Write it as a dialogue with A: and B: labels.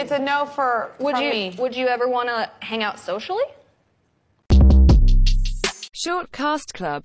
A: It's a no for
B: Would
A: from
B: you
A: me.
B: would you ever want to hang out socially?
C: Short Cast Club